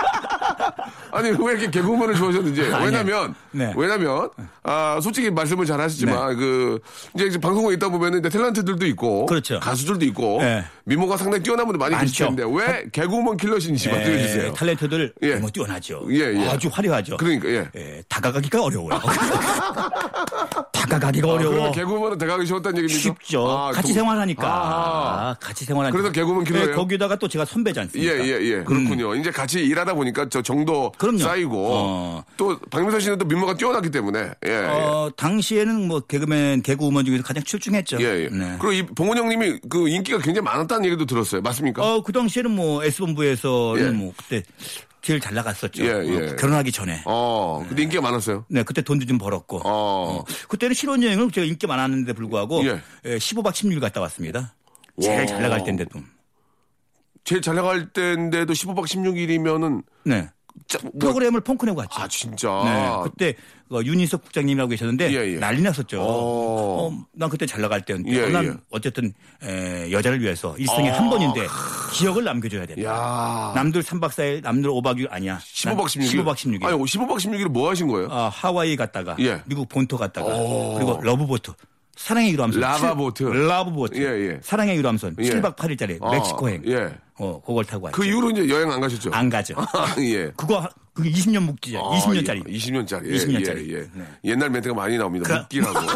아니 *laughs* 왜 이렇게 개그우먼을 좋아하셨는지 *laughs* 아니에요. 왜냐면 네. 왜냐면 아 솔직히 말씀을 잘 하시지만 그 이제 이제 방송에 있다 보면은 이제 탤런트들도 있고 그렇죠. 가수들도 있고 네. 미모가 상당히 뛰어난 분들 많이 계실 많죠. 텐데 왜 개그우먼 킬러신지 예, 말씀해주세요. 탤런트들 예. 뭐 뛰어나죠. 예, 예. 아주 화려하죠. 그러니까, 예. 다가가기가 어려워요. *laughs* 다가가기가 어려워. 아, 그러면 개그우먼은 대가기 쉬웠다는 얘기입니까? 쉽죠. 아, 같이 동- 생활하니까. 아. 아, 같이 생활하니까. 네, 그래서 개그우먼 킬러예요? 거기다가 또 제가 선배지 않습니까? 음. 예, 예, 예. 그렇군요. 이제 같이 일하다 보니까 저 정도 그럼요. 쌓이고 어. 또 박민선 씨는 또 미모가 뛰어났기 때문에 예. 예. 어, 당시에는 뭐 개그맨, 개그우먼 중에서 가장 출중했죠. 예, 예. 네. 그리고 이 봉원 형님이 그 인기가 굉장히 많았다는 얘기도 들었어요. 맞습니까? 어, 그 당시에는 뭐 S본부에서는 예. 뭐 그때 제일 잘 나갔었죠. 예, 예. 어, 결혼하기 전에. 어, 근데 인기가 많았어요. 네, 그때 돈도 좀 벌었고. 어. 그때는 실혼여행을 제가 인기 많았는데 불구하고 예. 예, 15박 16일 갔다 왔습니다. 제일 잘 나갈 때인데도. 제일 잘 나갈 때인데도 15박 16일이면은 뭐 네. 프로그램을 펑크 내고 갔죠. 아 진짜. 네, 그때 그 윤인석 국장님이라고 계셨는데 예, 예. 난리 났었죠. 어. 어, 난 그때 잘 나갈 때였는데 예, 난 예. 아. 어쨌든 에, 여자를 위해서 일생에 한 번인데 기억을 남겨줘야 예. 된다. 야. 남들 3박 4일, 남들 5박 6일 아니야. 15박 16일. 15박 16일. 아니, 15박 16일을 뭐 하신 거예요? 아, 하와이 갔다가 예. 미국 본토 갔다가 그리고 러브보트 사랑의 유람선 라바보트. 칠- 라바보트 예, 예. 사랑의 유람선 예. 7박 8일짜리 아, 멕시코행 예. 어 그걸 타고 왔죠 그 이후로 이제 여행 안 가셨죠? 안 가죠 *laughs* 예. 그거 하- 그게 20년 묵지야 아, 20년짜리 예, 20년짜리. 예, 20년짜리. 네. 그- 예, 예. 옛날 멘트가 많이 나옵니다. 묶기라고. *laughs*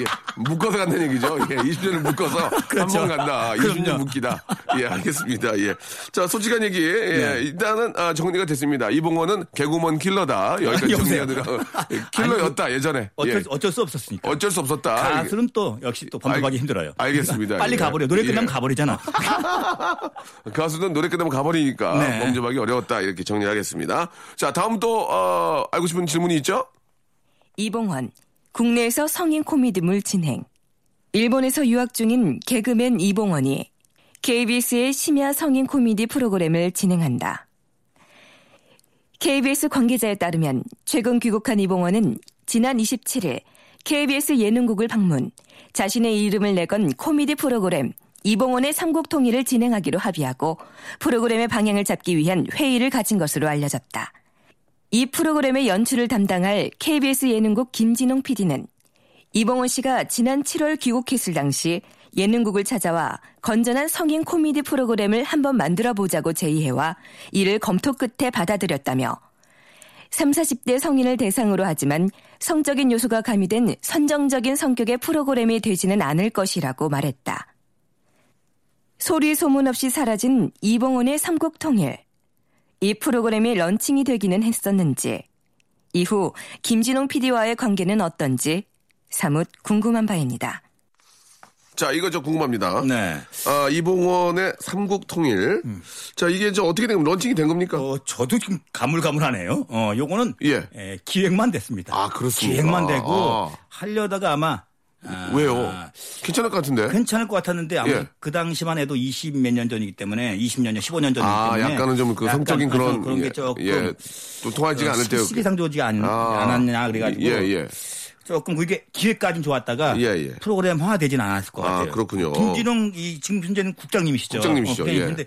예. 묶어서 간다는 얘기죠. 예. 20년을 묶어서 *laughs* 그렇죠. 한 번 간다. 그럼요. 20년 묶기다. 예, 알겠습니다. 예. 자, 솔직한 얘기. 예. 네. 일단은 아, 정리가 됐습니다. 이봉원은 개구먼 킬러다. 여기까지 여보세요. 정리하느라 예, 킬러였다 예전에. 어쩔, 예. 어쩔 수 없었으니까 어쩔 수 없었다. 가수는 또 역시 또 번복하기 알- 힘들어요 알겠습니다. 빨리 예. 가버려 노래 끝나면 예. 가버리잖아 가수는 노래 끝나면 가버리니까 네. 범접하기 어려웠다 이렇게 정리하겠습니다. 자 다음 또 어, 알고 싶은 질문이 있죠? 이봉헌, 국내에서 성인 코미디물 진행. 일본에서 유학 중인 개그맨 이봉헌이 KBS의 심야 성인 코미디 프로그램을 진행한다. KBS 관계자에 따르면 최근 귀국한 이봉헌은 지난 27일 KBS 예능국을 방문, 자신의 이름을 내건 코미디 프로그램 이봉헌의 삼국 통일을 진행하기로 합의하고 프로그램의 방향을 잡기 위한 회의를 가진 것으로 알려졌다. 이 프로그램의 연출을 담당할 KBS 예능국 김진홍 PD는 이봉원 씨가 지난 7월 귀국했을 당시 예능국을 찾아와 건전한 성인 코미디 프로그램을 한번 만들어 보자고 제의해와 이를 검토 끝에 받아들였다며 3, 40대 성인을 대상으로 하지만 성적인 요소가 가미된 선정적인 성격의 프로그램이 되지는 않을 것이라고 말했다. 소리 소문 없이 사라진 이봉원의 삼국통일. 이 프로그램이 런칭이 되기는 했었는지, 이후 김진홍 PD와의 관계는 어떤지 사뭇 궁금한 바입니다. 자 이거 저 궁금합니다. 네 *laughs* 음. 아, 이봉원의 삼국 통일. 자 이게 저 어떻게 된 런칭이 된 겁니까? 어, 저도 지금 가물가물하네요. 어, 요거는 예. 에, 기획만 됐습니다. 아, 그렇습니까? 기획만 되고 아. 하려다가 아마 아, 왜요? 괜찮을 것 같은데. 괜찮을 것 같았는데 아마 예. 그 당시만 해도 20 몇 년 전이기 때문에 20년요 15년 전이기 아 때문에 약간은 좀 그 약간 성적인 그런 그런 게 예, 조금 어, 예. 좀 통하지가 않을 때요. 시기상 조지가 안, 않았냐 그래가지고 예 예. 조금 그게 기획까지는 좋았다가 예, 예. 프로그램화 되진 않았을 것 아, 같아요. 그렇군요. 김진웅 이 지금 현재는 국장님이시죠. 국장님이시죠, 예. 근데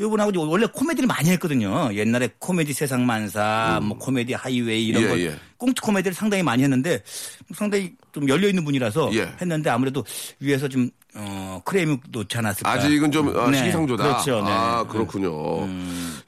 이분하고 이제 원래 코미디를 많이 했거든요. 옛날에 코미디 세상만사, 뭐 코미디 하이웨이 이런 음. 예, 걸 예. 꽁트 코미디를 상당히 많이 했는데 상당히 좀 열려 있는 분이라서 예. 했는데 아무래도 위에서 좀 어, 크레임 놓지 않았을까. 아직은 좀 아, 네, 시기상조다. 그렇죠. 네. 음. 아 그렇군요.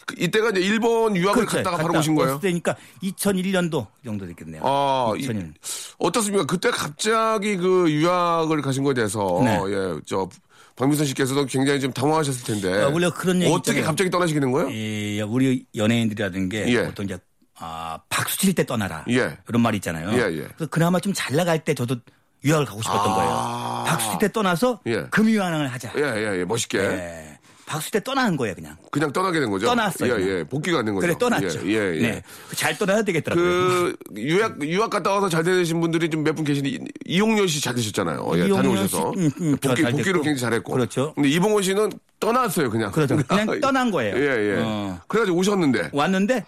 그 이때가 이제 일본 유학을 그렇죠. 갔다가 바로 갔다 오신 거예요? 왔을 때니까 2001년도 정도 됐겠네요. 아, 이- 2001. 어떻습니까? 그때 갑자기 그 유학을 가신 거에 대해서 네. 예, 저 박민선 씨께서도 굉장히 좀 당황하셨을 텐데. 아, 원래 그런 얘기 어떻게 있잖아요. 갑자기 떠나시게 된 거예요? 이 우리 연예인들이라는 게 예. 보통 이제 아, 박수 칠 때 떠나라. 예. 이런 말이 있잖아요. 예, 예. 그래서 그나마 좀 잘 나갈 때 저도 유학을 가고 싶었던 거예요. 박수 칠 때 떠나서 예. 금유한항을 하자. 예, 예, 예, 멋있게 예. 박수 때 떠나는 거예요, 그냥. 그냥 떠나게 된 거죠. 떠났어요, 예, 그냥. 예, 복귀가 된 거죠. 그래 떠났죠. 예, 예. 예. 네. 잘 떠나야 되겠더라고요. 그 유학 유학 갔다 와서 잘 되신 분들이 좀 몇 분 계신데 이- 이용렬 씨 잘 되셨잖아요. 예, 이용렬 다녀오셔서 씨, 음, 음, 저 복귀 잘 복귀로 됐고. 굉장히 잘했고. 그렇죠. 근데 이봉원 씨는 떠났어요, 그냥. 그렇죠. *laughs* 그냥 떠난 거예요. 예, 예. 어. 그래가지고 오셨는데. *laughs* 왔는데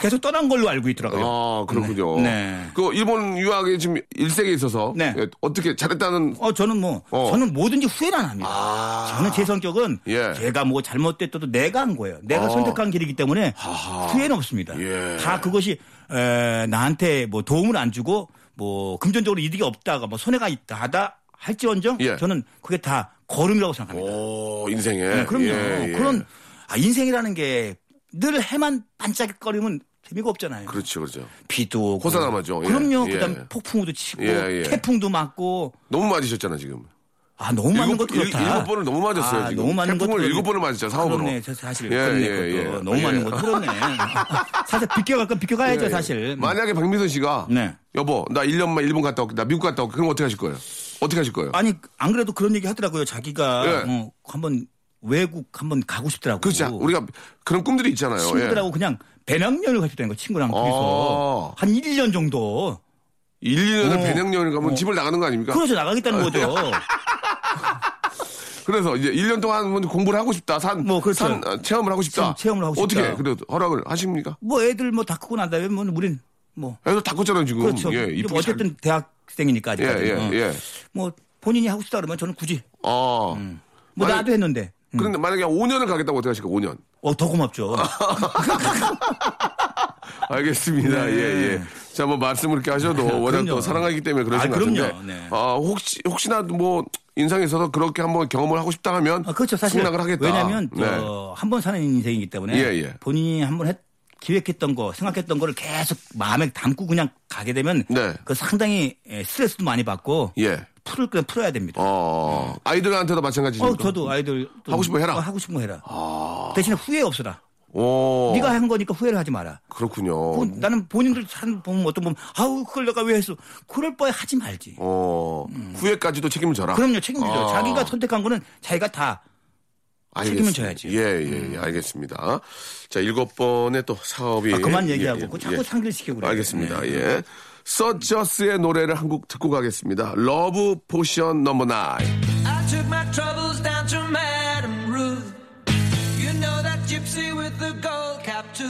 계속 떠난 걸로 알고 있더라고요. 아, 그렇군요. 네. 그 일본 유학에 지금 일생에 있어서 네. 예, 어떻게 잘했다는 어, 저는 뭐, 어. 아. 저는 뭐든지 후회는 안 합니다. 저는 제 성격은 예. 제가 뭐 잘못됐어도 내가 한 거예요. 내가 어. 선택한 길이기 때문에 후회는 없습니다. 예. 다 그것이 에, 나한테 뭐 도움을 안 주고 뭐 금전적으로 이득이 없다가 뭐 손해가 있다 하다 할지언정 예. 저는 그게 다 걸음이라고 생각합니다. 오, 어, 인생에 네, 그럼요. 예, 예. 그런 아, 인생이라는 게 늘 해만 반짝거리면 재미가 없잖아요. 그렇죠, 그렇죠. 비도 오고. 호사나마죠. 예. 그럼요. 예. 그다음 에 폭풍우도 치고 예, 예. 태풍도 맞고 너무 맞으셨잖아 지금. 아 너무 맞는 일곱- 것도 그렇다. 일- 일곱 번을 너무 맞았어요, 아, 지금. 너무 맞는 태풍을 것도 일곱 번을 맞았죠, 사업으로. 그렇네, 저 사실 예, 그렇네, 예, 그것도. 예. 너무 예. 맞는 것도 *laughs* 그렇네. 사실 비껴갈 건 비껴가야죠 예, 예. 사실. 뭐. 만약에 박민선 씨가 네. 여보 나 1년만 일본 갔다 올게 나 미국 갔다 올게 그럼 어떻게 하실 거예요? 어떻게 하실 거예요? 아니 안 그래도 그런 얘기 하더라고요. 자기가 예. 어, 한번 외국 한번 가고 싶더라고. 그렇죠. 우리가 그런 꿈들이 있잖아요. 예. 뭐. 친구들하고 그냥 배낭여행을 같이 다닌 거 친구랑 둘이서 아. 한 1년 정도 1, 2년을 어. 배낭여행을 가면 어. 집을 나가는 거 아닙니까? 그러죠 나가겠다는 거죠. *laughs* 그래서 이제 1년 동안 한번 공부를 하고 싶다. 산, 뭐, 그렇죠. 산 어, 체험을 하고 싶다. 산 체험을 하고 어떻게 싶다. 그래도 허락을 하십니까? 뭐 애들 뭐 다 크고 난 다음에 뭐 우린 뭐 애들 다 컸잖아요, 지금. 그렇죠. 예, 뭐 이쁘게 어쨌든 대학생이니까 잘... 아직까지. 예, 예, 예. 뭐 본인이 하고 싶다 그러면 저는 굳이 어. 뭐 아니, 나도 했는데 음. 그런데 만약에 5년을 가겠다고 어떻게 하실까, 5년? 어, 더 *laughs* 고맙죠. 알겠습니다. 네. 아, 예, 예. 자, 뭐 말씀을 이렇게 하셔도 워낙 또 그럼요. 사랑하기 때문에 그러신 아, 것 그럼요. 같은데. 네. 아, 혹시 혹시나 뭐 인상에 있어서 그렇게 한번 경험을 하고 싶다 하면 아, 그렇죠. 사실 승낙을 하겠다. 왜냐하면 네. 한 번 사는 인생이기 때문에 예, 예. 본인이 한 번 했 기획했던 거, 생각했던 거를 계속 마음에 담고 그냥 가게 되면 네. 그 상당히 예, 스트레스도 많이 받고 예. 풀을 그냥 풀어야 됩니다. 어, 아이들한테도 마찬가지죠. 어, 저도 아이들 또 하고 싶은 거 해라. 아. 어, 하고 싶은 거 해라. 대신에 후회 없어라. 오. 네가 한 거니까 후회를 하지 마라. 그렇군요. 본- 나는 본인들 산 보면 어떤 보면 아우 그걸 내가 왜 했어? 그럴 바에 하지 말지. 어, 후회까지도 책임을 져라. 그럼요 책임지죠. 아. 자기가 선택한 거는 자기가 다 책임을 알겠습니다. 져야지. 음. 예, 예, 예, 알겠습니다. 자, 일곱 번의 또 사업이. 아, 그만 예, 얘기하고 예, 그거 예. 자꾸 상기시키고 네. 그래. 알겠습니다. 예. 서저스의 노래를 한 곡 듣고 가겠습니다. 러브 포션 넘버 나인. I took my troubles down to Madame Ruth. You know that gypsy with the gold cap too.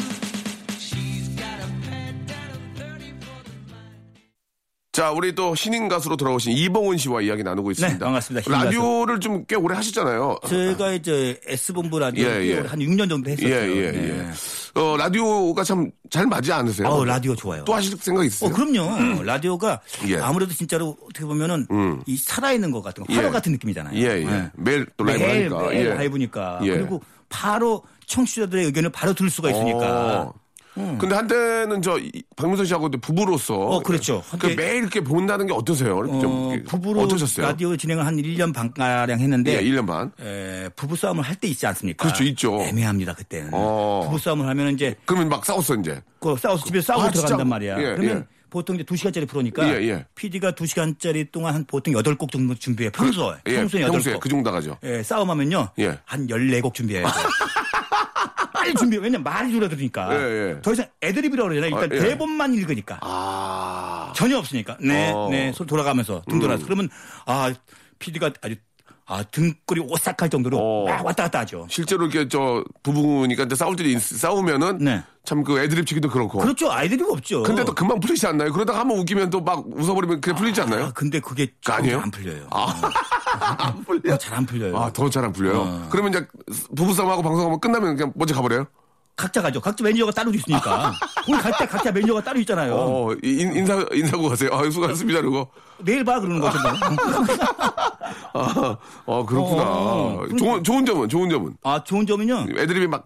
She's got a pet down of 30 for the mile. 자, 우리 또 신인 가수로 돌아오신 이봉훈 씨와 이야기 나누고 있습니다. 네, 반갑습니다. 신인 라디오를 좀 꽤 오래 하셨잖아요. 제가 이제 S본부 라디오 예, 예. 한 6년 정도 예, 했었죠. 예, 네. 예. 어, 라디오가 참 잘 맞지 않으세요? 아우 라디오 좋아요. 또 하실 생각 있으세요? 어 그럼요. 라디오가 예. 음. 아무래도 진짜로 어떻게 보면은 이 살아있는 것 같은 거, 예. 화로 같은 느낌이잖아요. 예, 예. 네. 매일 또 라이브 매일, 하니까. 매일 예. 라이브니까 예. 그리고 바로 청취자들의 의견을 바로 들을 수가 있으니까. 음. 어. 근데 한때는 저 이- 박명선 씨하고도 부부로서 어, 그렇죠. 그 한때- 매일 이렇게 본다는 게 어떠세요? 이렇게 좀 어, 이렇게 부부로 어떠셨어요? 라디오 네. 진행을 한 1년 반가량 했는데 예, 1년 반. 에, 부부 싸움을 할 때 있지 않습니까? 그렇죠, 있죠. 애매합니다 그때는. 어. 부부 싸움을 하면 이제 그러면 막 싸웠어 이제. 그 싸워서 집에 싸우고 아, 진짜? 들어간단 말이야. 예, 그러면 예. 보통 이제 2시간짜리 프로니까 예, 예. PD가 2시간짜리 동안 한 보통 8곡 정도 준비해. 평소에. 예, 평소에 8곡. 그 정도 나가죠. 예, 싸움하면요. 예. 한 14곡 준비해야 *laughs* 돼. 빨리 준비해. 왜냐면 말이 줄어드니까. 예, 예. 더 이상 애드립이라고 그러잖아요. 일단 아, 예. 대본만 읽으니까. 아. 전혀 없으니까. 네, 어. 음. 네. 손 돌아가면서 등 돌아서. 그러면 아, PD가 아주 아, 등골이 오싹할 정도로 어. 막 왔다 갔다 하죠. 실제로 이렇게 저 부부니까 이제 싸울 때도 있- 싸우면은 네. 참 그 애드립 치기도 그렇고. 그렇죠. 아이들이 없죠. 근데 또 금방 풀리지 않나요? 그러다가 한번 웃기면 또 막 웃어버리면 그냥 풀리지 않나요? 아, 근데 그게 그거 아니에요? 안 풀려요. 어. 안 풀려. 잘 안 풀려요. 어. 아, 더 잘 안 풀려요. 그러면 이제 부부싸움하고 방송하고 끝나면 그냥 먼저 가버려요? 각자 가죠. 각자 매니저가 따로 있으니까. 우리 갈 때 각자 매니저가 따로 있잖아요. 아. 어, 인, 인사, 인사고 가세요. 아, 수고하셨습니다. 그러고. 내일 봐 그러는 거죠. 뭐. 아, 어, 그렇구나. 어, 그러니까. 좋은, 좋은 점은, 좋은 점은. 아 좋은 점은요. 애드립이 막,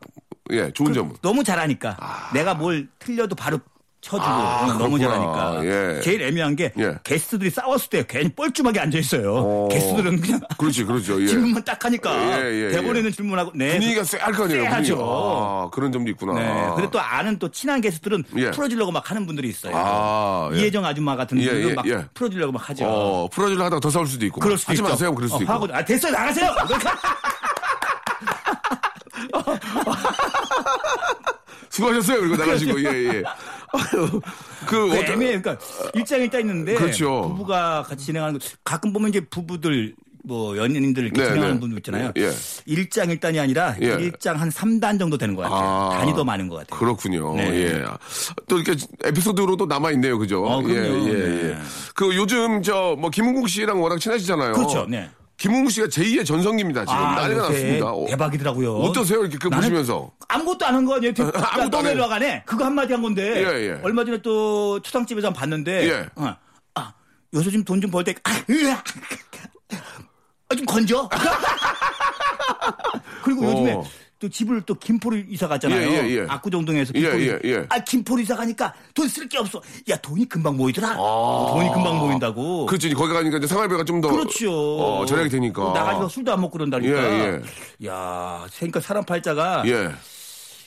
예, 그 좋은 점은. 너무 잘하니까 내가 뭘 틀려도 바로 쳐주고 아, 응, 너무 그렇구나. 잘하니까. 예. 제일 애매한 게 예. 게스트들이 싸웠을 때 괜히 뻘쭘하게 앉아 있어요. 어. 게스트들은 그냥 그렇지, 그렇죠. 예. 질문만 딱 하니까 예, 예, 예. 대본에는 질문하고 네. 분위기가 쎄할 거 아니에요. 분위기가. 쎄하죠. 아, 그런 점도 있구나. 네. 그리고 또 아는 또 친한 게스트들은 예. 풀어주려고 막 하는 분들이 있어요. 아, 예. 이혜정 아줌마 같은 예, 분들도 예, 막 예. 풀어주려고 막 하죠. 어, 풀어주려 하다가 더 싸울 수도 있고. 그럴 수도 하지 있죠. 마세요. 그럴 수도 어, 있고. 하고, 아, 됐어요. 나가세요. 수고하셨어요. 그리고 나가시고, 예, *laughs* 예. 아유, 그, 그 어떤- 애매해. 그러니까 일장이 짜 있는데 그렇죠. 부부가 같이 진행하는 거 가끔 보면 이제 부부들 뭐 연인들 이렇게 네, 진행하는 네. 분들 있잖아요. 예. 일장 일단이 아니라 예. 일장 한 3단 정도 되는 것 같아요. 아. 단위 더 많은 것 같아요. 그렇군요. 네. 예. 또 이렇게 에피소드로 또 남아 있네요. 그죠? 어, 그럼요. 예, 예, 네. 예. 그 요즘 저 뭐 김은국 씨랑 워낙 친하시잖아요. 그렇죠. 네. 김은국 씨가 제2의 전성기입니다. 지금 난리가 요새 났습니다. 어, 아, 대박이더라고요. 어떠세요? 이렇게 그 나는 보시면서. 아무것도 안 한 거 아니에요? *laughs* 아무것도 안 아무것도 해요. 내려가네. 그거 한마디 한 건데. 예, 예. 얼마 전에 또 초상집에서 한번 봤는데. 예. 어, 아, 요새 좀 돈 좀 벌 때. 아, 으아. 아, 좀 건져. *laughs* 그리고 어. 요즘에 또 집을 또 김포로 이사 갔잖아요. 예, 예, 예. 압구정동에서 예, 김포로. 예, 예. 아, 김포로 이사 가니까 돈 쓸 게 없어. 야, 돈이 금방 모이더라. 아. 돈이 금방 모인다고. 그렇죠. 거기 가니까 이제 생활비가 좀 더. 그렇죠. 어, 절약이 되니까. 나가서 술도 안 먹고 그런다니까. 예, 야, 그러니까 사람 팔자가 예.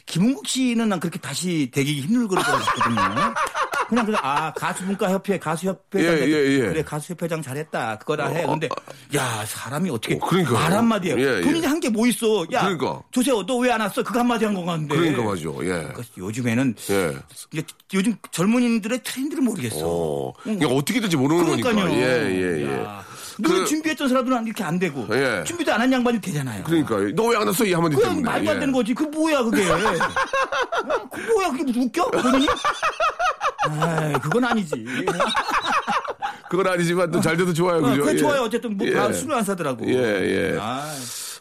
김은국 씨는 난 그렇게 다시 되기 힘들 거라고 생각했거든요. *laughs* 그냥 그냥 아 가수분과 협회 가수협회장 예, 예, 예. 그래 가수협회장 잘했다 그거라 해 근데 야 사람이 어떻게 어, 그러니까요. 말 한마디에 예, 예. 본인이 한 게 뭐 있어 야 그러니까. 조세호 너 왜 안 왔어 그거 한마디 한 건 같은데 그러니까 맞죠. 예. 그러니까 요즘에는 예. 이제 요즘 젊은이들의 트렌드를 모르겠어 어. 그러니까 어떻게 될지 모르는 거니까. 음. 그러니까요 예, 예, 예. 야, 늘 그- 준비했던 사람들은 이렇게 안 되고 예. 준비도 안 한 양반이 되잖아요 그러니까 너 왜 안 왔어 이 한마디 그냥 때문에. 말도 안 예. 되는 거지. 그 뭐야 *laughs* 그게. 어, 그 뭐야 그게 무슨 웃겨? 그러니? 아, 그건 아니지. 그건 아니지만 또 잘 돼도 좋아요, 어, 그죠? 그건 예. 좋아요. 어쨌든 뭐 예. 다 술을 안 사더라고. 예, 예. 아,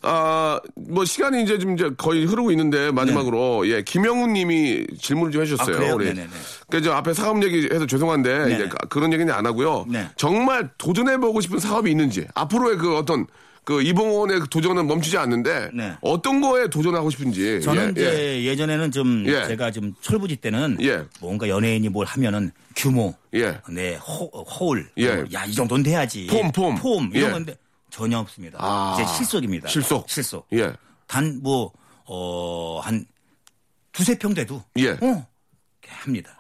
아, 뭐 시간이 이제 좀 이제 거의 흐르고 있는데 마지막으로 예, 김영훈 님이 질문을 좀 해주셨어요. 네. 아, 그래요? 우리. 네네네. 그러니까 저 앞에 사업 얘기해서 죄송한데 네네. 이제 가- 그런 얘기는 안 하고요. 네. 정말 도전해보고 싶은 사업이 있는지 앞으로의 그 어떤 그 이봉원의 그 도전은 멈추지 않는데 네. 어떤 거에 도전하고 싶은지. 저는 예, 예. 이제 예. 전에는좀 예. 제가 좀 철부지 때는 예. 뭔가 연예인이 뭘 하면은 규모, 예. 네 호, 울 뭐, 예. 야 이 정도는 돼야지, 폼, 폼. 이런 예. 건데 전혀 없습니다. 아. 이제 실속입니다. 실속. 실속. 예. 단 뭐, 어, 한 두세 평 돼도. 예. 아. 어, 합니다.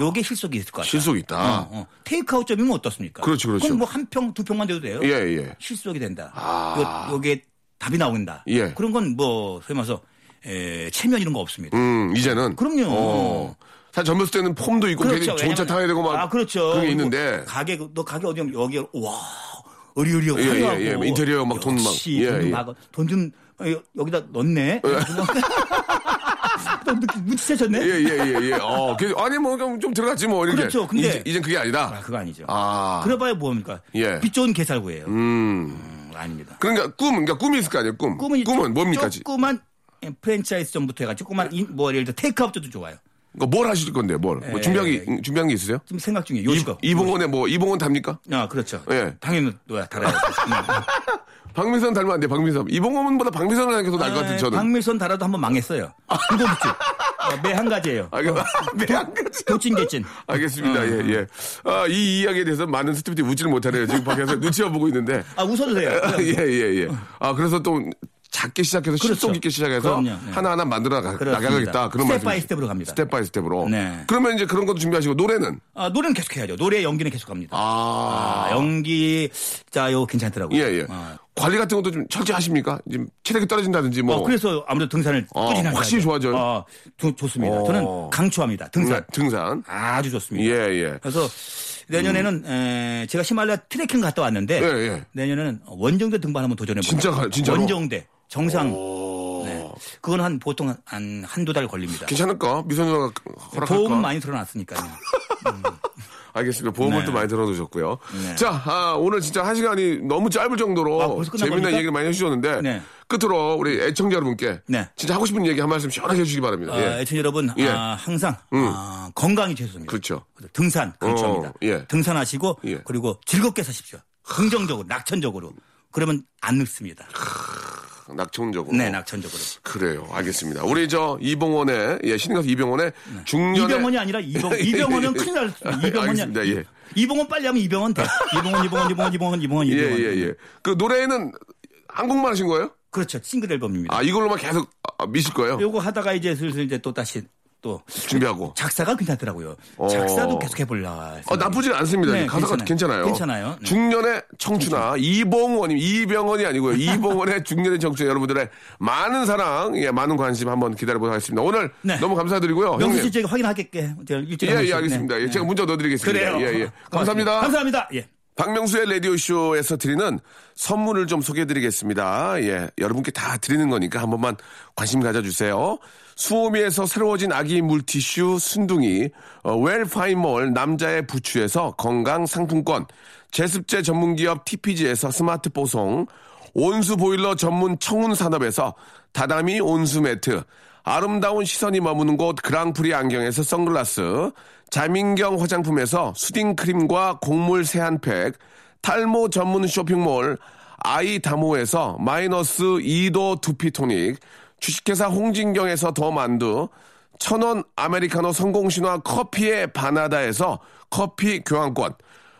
요게 실속이 있을 것 같아요. 실속이 있다. 어, 어. 테이크아웃점이면 어떻습니까? 그렇죠, 그렇죠. 그럼 뭐 한 평, 두 평만 돼도 돼요? 예, 예. 실속이 된다. 아. 요, 요게 답이 나온다. 예. 그런 건 뭐, 소위 말해서, 에, 체면 이런 거 없습니다. 음, 이제는. 그럼요. 그렇죠. 어. 사실 젊었을 때는 폼도 있고 괜히 좋은 차 왜냐면- 타야 되고 막 아, 그렇죠. 런게 그리고 있는데. 가게, 너 가게 어디, 가면 여기, 와, 으리으리 예, 하고. 예, 예. 인테리어 막돈 막- 역시 예, 돈좀 예. 막, 돈좀 어, 여기다 넣었네. *laughs* 또 무- 무치채셨네. 예, 예, 예, 예. 어, 그- 아니, 뭐, 좀, 좀 들어갔지, 뭐, 이렇게. 그렇죠. 근데- 이제, 이젠 그게 아니다. 아, 그거 아니죠. 아. 그래봐야 뭡니까? 예. 빛 좋은 개살구예요. 음. 음, 아닙니다. 그러니까, 꿈, 그러니까 꿈이 있을 거 아니에요, 꿈. 꿈은, 이제 꿈은 뭡니까? 지- 조그만 프랜차이즈점부터 해가지고 조그만 인- 뭐 예를 들어 테이크아웃도 좋아요. 그러니까 뭘 하실 건데요, 뭘? 뭐 예. 준비한 게, 준비한 게 있으세요? 지금 생각 중이에요. 요식 이- 이봉원의 뭐, 이봉원 답니까? 아 그렇죠. 예. 당연히 뭐야 달아야 돼. *laughs* 박민선 닮으면 안 돼, 박민선. 이봉원보다 박민선을 하는 게더 나을 것 같은 아, 저는. 네. 박밀선 달아도 한번 망했어요. 그거 있지. 매한 가지예요. 아, 그렇죠. 이거- *laughs* 매한 가지. 도찐 개찐. 알겠습니다. 예, 예. 아, 이 이야기에 대해서 많은 스태프들이 웃지를 못하네요. 지금 밖에서 눈치만 보고 있는데. 아 웃어도 돼요. 예, 예, 예. 아, 그래서 또 작게 시작해서 실속 어. 그렇죠. 있게 시작해서 그럼요. 네. 하나하나 만들어 나, 그렇습니다. 나가겠다. 그런 스텝 말씀. 바이 스텝으로 갑니다. 스텝 바이 스텝으로. 네. 그러면 이제 그런 것도 준비하시고 노래는 아, 노래는 계속 해야죠. 노래 연기는 계속 합니다. 아, 아, 연기 자요 괜찮더라고요. 예, 예. 아. 관리 같은 것도 좀 철저하십니까? 지금 체력이 떨어진다든지 뭐. 어, 그래서 아무래도 등산을 어, 꾸준히 하게 확실히 하죠. 좋아져요? 어, 조- 좋습니다. 어. 저는 강추합니다. 등산 네, 등산. 등산. 아주 좋습니다. 예, 예. 그래서 내년에는 에, 제가 히말라야 트레킹 갔다 왔는데 음. 예, 예. 내년에는 원정대 등반 한번 도전해 보니다 진짜 가요? 진짜로? 원정대 정상. 네. 그건 한 보통 한- 한 한두 달 걸립니다. 괜찮을까? 미선 누나가 허락할까? 보험 많이 들어놨으니까요. 알겠습니다. 보험을 또 많이 들어놓으셨고요. 네. 자, 아, 오늘 진짜 한 시간이 너무 짧을 정도로 아, 벌써 끝난 재미난 겁니까? 얘기를 많이 해주셨는데 네. 끝으로 우리 애청자 여러분께 네. 진짜 하고 싶은 얘기 한 말씀 시원하게 해주시기 바랍니다. 아, *laughs* 예. 애청자 여러분 예. 아, 항상 아, 건강이 최소입니다. 그렇죠. 등산 강추합니다. 어, 예. 등산하시고 예. 그리고 즐겁게 사십시오. 긍정적으로 낙천적으로 그러면 안 늙습니다. 낙천적으로. 네, 낙천적으로. 그래요. 알겠습니다. 우리 저 이봉원의 예, 신인가수 이병원의 중년의 네. 이병헌이 아니라 *laughs* 이병 이병헌은 큰일 났습니다. 이병헌이 아니- 알겠습니다. 예. 이봉헌 빨리 하면 이병헌 돼. 이봉헌 이봉헌 이봉헌 이봉헌 이봉헌 예, 이병헌. 예, 예. 그 노래는 한국만 하신 거예요? 그렇죠. 싱글 앨범입니다. 아, 이걸로만 계속 아, 미실 거예요? 요거 하다가 이제 슬슬 이제 또 다시 또 준비하고. 작사가 괜찮더라고요. 어. 작사도 계속 해볼라. 어, 나쁘진 않습니다. 네, 가사가 괜찮아요. 괜찮아요. 괜찮아요. 네. 중년의 청춘아 이봉원님 이병헌이 아니고요. 이봉원의 *laughs* 중년의 청춘 여러분들의 많은 사랑, 예, 많은 관심 한번 기다려보도록 하겠습니다. 오늘 네. 너무 감사드리고요. 명수 형님. 씨 저기 확인할게. 제가 일주일에 한 예, 예, 번씩. 알겠습니다. 네. 예, 제가 문자 넣어드리겠습니다. 그래요. *laughs* 예, 예. 감사합니다. 감사합니다. 예. 박명수의 라디오쇼에서 드리는 선물을 좀 소개해드리겠습니다. 예, 여러분께 다 드리는 거니까 한 번만 관심 가져주세요. 수오미에서 새로워진 아기 물티슈 순둥이, 어, 웰파이몰 남자의 부추에서 건강 상품권, 제습제 전문기업 TPG에서 스마트 보송, 온수 보일러 전문 청운 산업에서 다다미 온수 매트, 아름다운 시선이 머무는 곳 그랑프리 안경에서 선글라스, 자민경 화장품에서 수딩 크림과 곡물 세안팩, 탈모 전문 쇼핑몰 아이다모에서 마이너스 2도 두피토닉, 주식회사 홍진경에서 더 만두, 천원 아메리카노 성공신화 커피의 바나다에서 커피 교환권,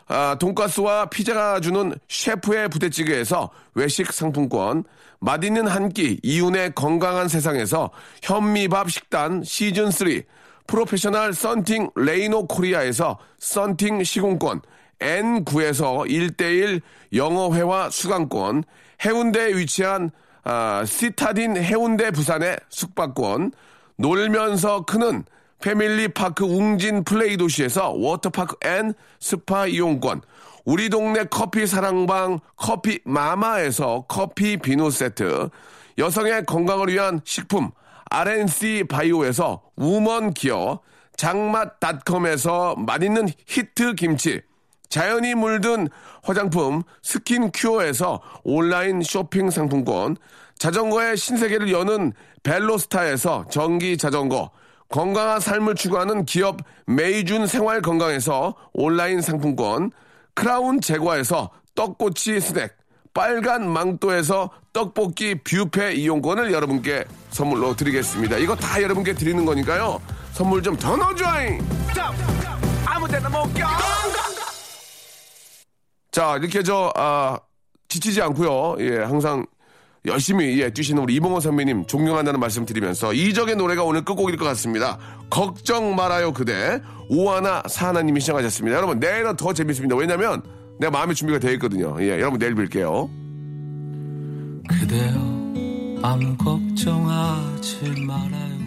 아, 돈가스와 피자가 주는 셰프의 부대찌개에서 외식 상품권, 맛있는 한 끼 이윤의 건강한 세상에서 현미밥 식단 시즌 3, 프로페셔널 썬팅 레이노 코리아에서 썬팅 시공권, N9에서 1대1 영어회화 수강권, 해운대에 위치한 아, 시타딘 해운대 부산의 숙박권, 놀면서 크는 패밀리파크 웅진 플레이 도시에서 워터파크 앤 스파 이용권, 우리 동네 커피 사랑방 커피 마마에서 커피 비누 세트, 여성의 건강을 위한 식품 RNC 바이오에서 우먼 기어, 장맛닷컴에서 맛있는 히트 김치, 자연이 물든 화장품 스킨큐어에서 온라인 쇼핑 상품권, 자전거의 신세계를 여는 벨로스타에서 전기 자전거, 건강한 삶을 추구하는 기업 메이준 생활 건강에서 온라인 상품권, 크라운 제과에서 떡꼬치 스낵, 빨간 망토에서 떡볶이 뷔페 이용권을 여러분께 선물로 드리겠습니다. 이거 다 여러분께 드리는 거니까요. 선물 좀 더 넣어줘잉! 아무데나 못 가. 자, 이렇게 저, 아, 지치지 않고요. 예, 항상 열심히, 예, 뛰시는 우리 이봉호 선배님 존경한다는 말씀 드리면서 이적의 노래가 오늘 끝곡일 것 같습니다. 걱정 말아요, 그대. 오하나 사하나님이 시청하셨습니다. 여러분, 내일은 더 재밌습니다. 왜냐면 내 마음의 준비가 되어 있거든요. 예, 여러분, 내일 뵐게요. 그대여 아무 걱정하지 말아요